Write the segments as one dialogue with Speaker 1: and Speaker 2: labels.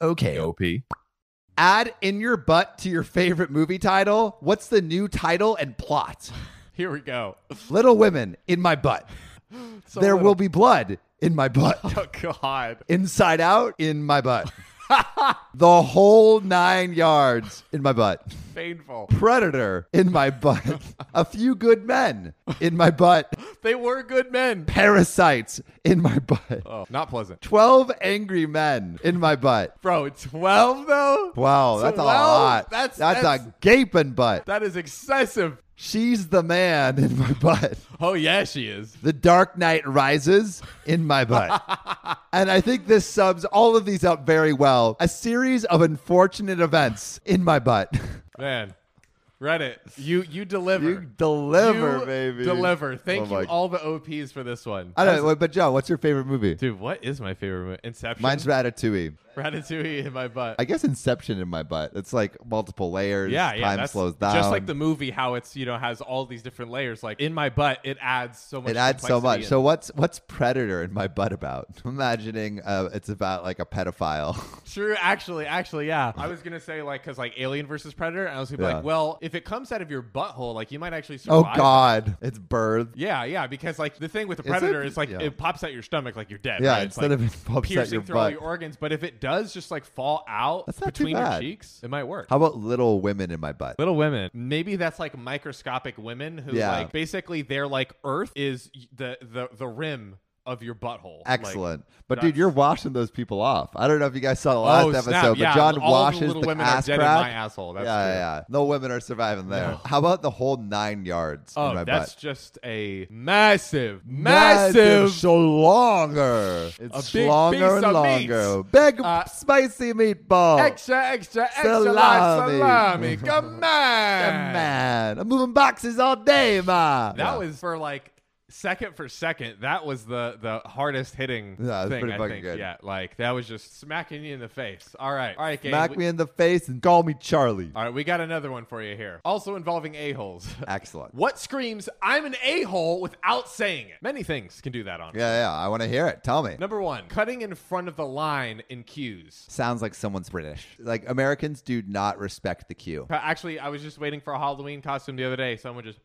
Speaker 1: Okay.
Speaker 2: OP.
Speaker 1: Add in your butt to your favorite movie title. What's the new title and plot?
Speaker 3: Here we go.
Speaker 1: Little Women in my butt.
Speaker 3: So
Speaker 1: there
Speaker 3: little-
Speaker 1: will be blood in my butt.
Speaker 3: Oh God.
Speaker 1: Inside out in my butt. the whole nine yards in my butt.
Speaker 3: Painful.
Speaker 1: Predator in my butt. A few good men in my butt.
Speaker 3: They were good men.
Speaker 1: Parasites in my butt.
Speaker 3: Oh, not pleasant.
Speaker 1: 12 angry men in my butt.
Speaker 3: Bro, 12 though?
Speaker 1: Wow, that's a
Speaker 3: 12?
Speaker 1: lot.
Speaker 3: That's-
Speaker 1: that's,
Speaker 3: that's-
Speaker 1: a gaping butt.
Speaker 3: That is excessive.
Speaker 1: She's the man in my butt.
Speaker 3: Oh, yeah, she is.
Speaker 1: The Dark Knight Rises in my butt. and I think this sums all of these up very well. A series of unfortunate events in my butt.
Speaker 3: Man. Reddit, you you deliver.
Speaker 1: You deliver,
Speaker 3: You
Speaker 1: baby.
Speaker 3: Deliver. Thank
Speaker 1: Oh
Speaker 3: you,
Speaker 1: my-
Speaker 3: all the OPs for this one.
Speaker 1: I don't know, but Joe, what's your favorite movie?
Speaker 3: Dude, what is my favorite movie? Inception.
Speaker 1: Mine's Ratatouille.
Speaker 3: Ratatouille in my butt.
Speaker 1: I guess Inception in my butt. It's like multiple layers.
Speaker 3: yeah, yeah.
Speaker 1: Time
Speaker 3: that's
Speaker 1: slows down.
Speaker 3: Just like the movie, how it's you know has all these different layers. Like in my butt, it adds so much.
Speaker 1: it adds so much.
Speaker 3: complexity
Speaker 1: So what's what's Predator in my butt about? I'm imagining uh, it's about like a pedophile.
Speaker 3: and- true. Actually, actually, yeah. I was gonna say like because like Alien versus Predator, and I was gonna be
Speaker 1: Yeah.
Speaker 3: like, well, if it comes out of your butthole, like you might actually
Speaker 1: oh
Speaker 3: survive.
Speaker 1: God, it's birth.
Speaker 3: Yeah, yeah, because like the thing with the
Speaker 1: Is it-
Speaker 3: predator is like
Speaker 1: yeah.
Speaker 3: it pops out your stomach like you're dead.
Speaker 1: Yeah,
Speaker 3: right? It's,
Speaker 1: instead
Speaker 3: like,
Speaker 1: of it pops out
Speaker 3: piercing
Speaker 1: your
Speaker 3: through all
Speaker 1: butt.
Speaker 3: your organs. But if it does just like fall out
Speaker 1: That's not too
Speaker 3: between your
Speaker 1: bad.
Speaker 3: cheeks, it might work.
Speaker 1: How about Little Women in my butt?
Speaker 3: Little Women. Maybe that's like microscopic women who
Speaker 1: Yeah.
Speaker 3: like basically they're like Earth is y- the the the rim of your butthole. Like,
Speaker 1: Excellent. but dude,
Speaker 3: that's-
Speaker 1: you're washing those people off. I don't know if you guys saw the last
Speaker 3: Oh,
Speaker 1: episode,
Speaker 3: snap.
Speaker 1: but
Speaker 3: Yeah,
Speaker 1: John
Speaker 3: all the
Speaker 1: washes
Speaker 3: Little Women are
Speaker 1: ass
Speaker 3: dead in
Speaker 1: crack.
Speaker 3: my asshole. That's
Speaker 1: yeah,
Speaker 3: true.
Speaker 1: yeah, yeah. No women are surviving there. How about the whole nine yards
Speaker 3: oh,
Speaker 1: in my
Speaker 3: that's
Speaker 1: butt?
Speaker 3: just a massive,
Speaker 1: Massive,
Speaker 3: massive.
Speaker 1: so longer. It's
Speaker 3: big
Speaker 1: longer
Speaker 3: piece
Speaker 1: and
Speaker 3: of
Speaker 1: longer. Big
Speaker 3: Uh,
Speaker 1: spicy meatball.
Speaker 3: Extra, extra, extra large
Speaker 1: Salami.
Speaker 3: salami. Come
Speaker 1: Yeah,
Speaker 3: on.
Speaker 1: man, I'm moving boxes all day, man.
Speaker 3: That was for like second for second. That was the the hardest hitting
Speaker 1: Yeah, that's
Speaker 3: thing.
Speaker 1: pretty
Speaker 3: I
Speaker 1: fucking
Speaker 3: think.
Speaker 1: good.
Speaker 3: Yeah, like that was just smacking you in the face. All right, all right, gang.
Speaker 1: smack
Speaker 3: we-
Speaker 1: me in the face and call me Charlie.
Speaker 3: All right, we got another one for you here. Also involving a holes.
Speaker 1: Excellent.
Speaker 3: what screams "I'm an a hole" without saying it? Many things can do that on.
Speaker 1: Yeah, yeah. I want to hear it. Tell me.
Speaker 3: Number one, cutting in front of the line in queues.
Speaker 1: Sounds like someone's British. Like Americans do not respect the queue.
Speaker 3: Actually, I was just waiting for a Halloween costume the other day. Someone just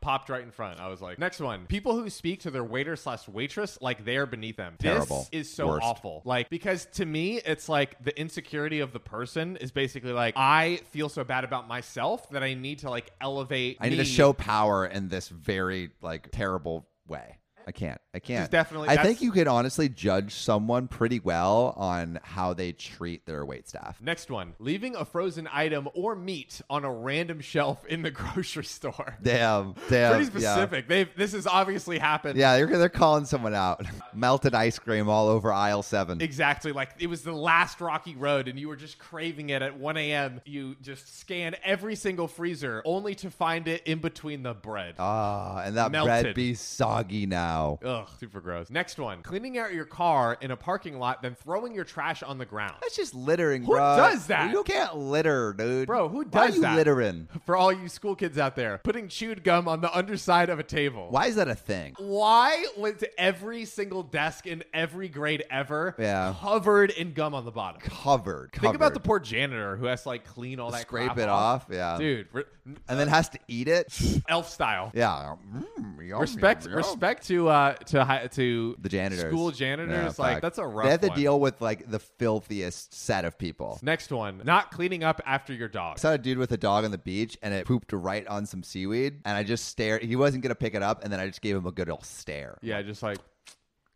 Speaker 3: popped right in front. I was like, next one. People who speak to their waiter slash waitress like they are beneath them.
Speaker 1: Terrible.
Speaker 3: This is so
Speaker 1: Worst.
Speaker 3: awful. Like because to me, it's like the insecurity of the person is basically like I feel so bad about myself that I need to like elevate.
Speaker 1: I need to
Speaker 3: me.
Speaker 1: show power in this very like terrible way. I can't. I can't.
Speaker 3: definitely-
Speaker 1: I
Speaker 3: that's-
Speaker 1: think you can honestly judge someone pretty well on how they treat their wait staff.
Speaker 3: Next one, leaving a frozen item or meat on a random shelf in the grocery store.
Speaker 1: Damn. Damn.
Speaker 3: Pretty
Speaker 1: Yeah.
Speaker 3: specific. They've this has obviously happened.
Speaker 1: Yeah, they're, they're calling someone out. Melted ice cream all over aisle seven.
Speaker 3: Exactly. Like it was the last rocky road and you were just craving it at 1 a.m. You just scan every single freezer only to find it in between the bread.
Speaker 1: Ah, and that
Speaker 3: Melted.
Speaker 1: bread be soggy now.
Speaker 3: Ugh, super gross. Next one cleaning out your car in a parking lot, then throwing your trash on the ground.
Speaker 1: That's just littering,
Speaker 3: Who
Speaker 1: bruh.
Speaker 3: does that?
Speaker 1: You can't litter, dude.
Speaker 3: Bro, who
Speaker 1: Why are
Speaker 3: does
Speaker 1: you
Speaker 3: that?
Speaker 1: littering?
Speaker 3: For all you school kids out there, putting chewed gum on the underside of a table.
Speaker 1: Why is that a thing?
Speaker 3: Why was every single desk in every grade ever
Speaker 1: Yeah.
Speaker 3: covered in gum on the bottom?
Speaker 1: Covered.
Speaker 3: Think about
Speaker 1: covered.
Speaker 3: the poor janitor who has to like clean all that
Speaker 1: Scrape
Speaker 3: crap
Speaker 1: it off, yeah.
Speaker 3: Dude, uh, re-
Speaker 1: and then has to eat it.
Speaker 3: elf style.
Speaker 1: Yeah. Mm, yum,
Speaker 3: respect
Speaker 1: yum, yum.
Speaker 3: respect to uh to hi- to
Speaker 1: the janitors.
Speaker 3: school janitors
Speaker 1: Yeah,
Speaker 3: like
Speaker 1: fuck.
Speaker 3: that's a rough
Speaker 1: They have to
Speaker 3: one.
Speaker 1: deal with like the filthiest set of people.
Speaker 3: next one not cleaning up after your dog
Speaker 1: I saw a dude with a dog on the beach and it pooped right on some seaweed and I just stared. He wasn't gonna pick it up and then I just gave him a good old stare.
Speaker 3: yeah just like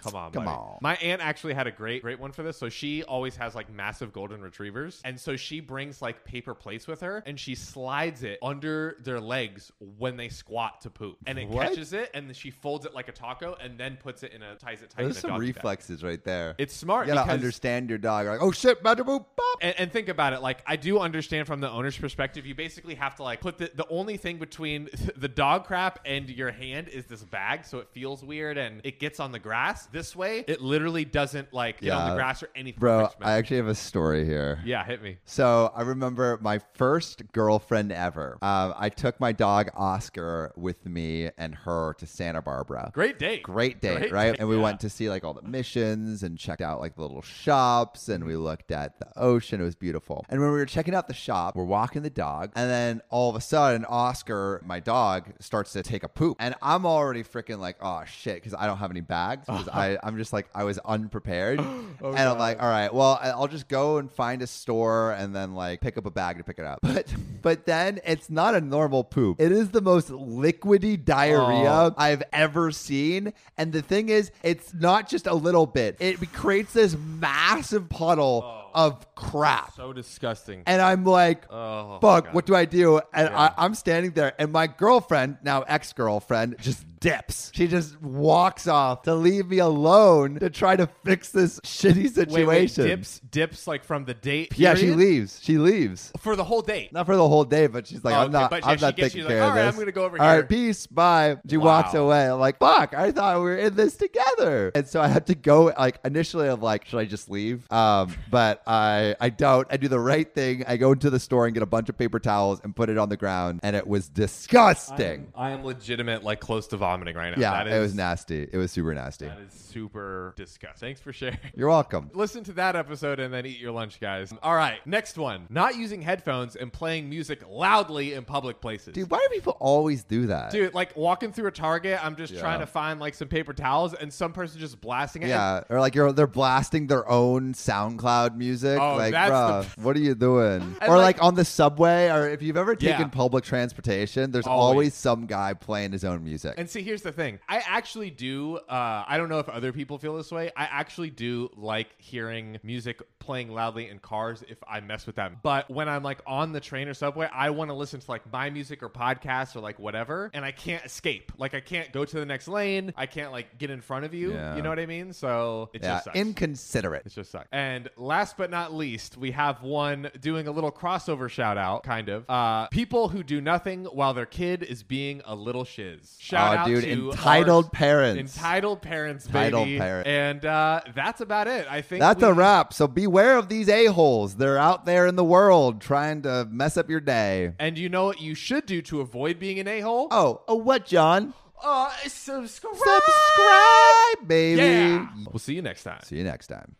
Speaker 3: come on
Speaker 1: Come
Speaker 3: buddy.
Speaker 1: on.
Speaker 3: my aunt actually had a great great one for this so she always has like massive golden retrievers and so she brings like paper plates with her and she slides it under their legs when they squat to poop and it
Speaker 1: What?
Speaker 3: catches it and then she folds it like a taco and then puts it in a ties it tight in
Speaker 1: There's
Speaker 3: a
Speaker 1: some
Speaker 3: doggy bag.
Speaker 1: reflexes right there.
Speaker 3: it's smart
Speaker 1: you gotta
Speaker 3: because
Speaker 1: understand your dog. Like, oh shit, about to poop. Bop.
Speaker 3: and, and think about it. Like, I do understand from the owner's perspective, you basically have to like put the the only thing between the dog crap and your hand is this bag, so it feels weird and it gets on the grass. This way, it literally doesn't like get on the
Speaker 1: Yeah.
Speaker 3: grass or anything.
Speaker 1: Bro,
Speaker 3: Rich man.
Speaker 1: I actually have a story here.
Speaker 3: yeah, hit me.
Speaker 1: So I remember my first girlfriend ever. Um, I took my dog Oscar with me and her to Santa Barbara.
Speaker 3: Great date.
Speaker 1: Great date,
Speaker 3: Great
Speaker 1: right?
Speaker 3: date,
Speaker 1: and we
Speaker 3: yeah.
Speaker 1: went to see like all the missions and checked out like the little shops and we looked at the ocean. It was beautiful. And when we were checking out the shop, we're walking the dog, and then all of a sudden, Oscar, my dog, starts to take a poop. And I'm already freaking like, oh shit, because I don't have any bags. Because I, I'm just like, I was unprepared.
Speaker 3: Oh,
Speaker 1: and I'm like, all right, well, I- I'll just go and find a store and then like pick up a bag to pick it up. But but then it's not a normal poop. It is the most liquidy diarrhea
Speaker 3: Oh.
Speaker 1: I've ever seen. And the thing is, it's not just a little bit. It creates this massive puddle of crap.
Speaker 3: So disgusting.
Speaker 1: And I'm like,
Speaker 3: Oh,
Speaker 1: fuck,
Speaker 3: God.
Speaker 1: what do I do? And
Speaker 3: Yeah.
Speaker 1: I, I'm standing there, and my girlfriend, now ex girlfriend, just dips. She just walks off to leave me alone to try to fix this shitty
Speaker 3: Wait,
Speaker 1: situation.
Speaker 3: wait, dips, dips like from the date.
Speaker 1: yeah, she
Speaker 3: period?
Speaker 1: leaves. She leaves.
Speaker 3: for the whole date.
Speaker 1: Not for the whole day, but she's like,
Speaker 3: Oh,
Speaker 1: I'm
Speaker 3: okay,
Speaker 1: not,
Speaker 3: but yeah,
Speaker 1: I'm
Speaker 3: she
Speaker 1: not
Speaker 3: gets
Speaker 1: taking
Speaker 3: you, like,
Speaker 1: care of
Speaker 3: "All
Speaker 1: this.
Speaker 3: right, I'm gonna go over
Speaker 1: All
Speaker 3: here."
Speaker 1: right, peace, bye. She
Speaker 3: Wow.
Speaker 1: walks away. I'm like, fuck, I thought we were in this together. And so I had to go, like, initially I'm like, should I just leave? Um, but I, I don't. I do the right thing. I go into the store and get a bunch of paper towels and put it on the ground. And it was disgusting.
Speaker 3: I am legitimate, like close to vomiting right now.
Speaker 1: yeah,
Speaker 3: that is,
Speaker 1: it was nasty. It was super nasty.
Speaker 3: That is super disgusting. Thanks for sharing.
Speaker 1: You're welcome.
Speaker 3: Listen to that episode and then eat your lunch, guys. All right, next one. Not using headphones and playing music loudly in public places.
Speaker 1: Dude, why do people always do that?
Speaker 3: Dude, like walking through a Target, I'm just
Speaker 1: Yeah.
Speaker 3: trying to find like some paper towels, and some person just blasting it.
Speaker 1: Yeah, or like you're, they're blasting their own SoundCloud music.
Speaker 3: Oh,
Speaker 1: like,
Speaker 3: that's
Speaker 1: bruh,
Speaker 3: the-
Speaker 1: what are you doing?
Speaker 3: And,
Speaker 1: or
Speaker 3: like-
Speaker 1: like, on the subway, or if you've ever
Speaker 3: Yeah.
Speaker 1: taken public transportation, there's
Speaker 3: Always.
Speaker 1: always. some guy playing his own music.
Speaker 3: And see, here's the thing. I actually do. Uh, I don't know if other people feel this way. I actually do like hearing music playing loudly in cars if I mess with them. But when I'm like on the train or subway, I want to listen to like my music or podcasts or like whatever, and I can't escape. Like I can't go to the next lane. I can't like get in front of you.
Speaker 1: Yeah.
Speaker 3: You know what I mean? So it
Speaker 1: yeah,
Speaker 3: just sucks.
Speaker 1: inconsiderate.
Speaker 3: It just sucks. And last but not least, we have one doing a little crossover shout out, kind of. Uh, people who do nothing while their kid is being a little shiz. Shout
Speaker 1: Aw,
Speaker 3: out
Speaker 1: dude,
Speaker 3: to
Speaker 1: entitled
Speaker 3: our-
Speaker 1: parents.
Speaker 3: Entitled parents, baby.
Speaker 1: Entitled parent.
Speaker 3: And uh, that's about it. I think
Speaker 1: That's
Speaker 3: we-
Speaker 1: a wrap. So beware of these a-holes. They're out there in the world trying to mess up your day.
Speaker 3: And you know what you should do to avoid being an a hole?
Speaker 1: Oh, oh what, John?
Speaker 3: Uh, subscribe.
Speaker 1: Subscribe, baby.
Speaker 3: Yeah. We'll see you next time.
Speaker 1: See you next time.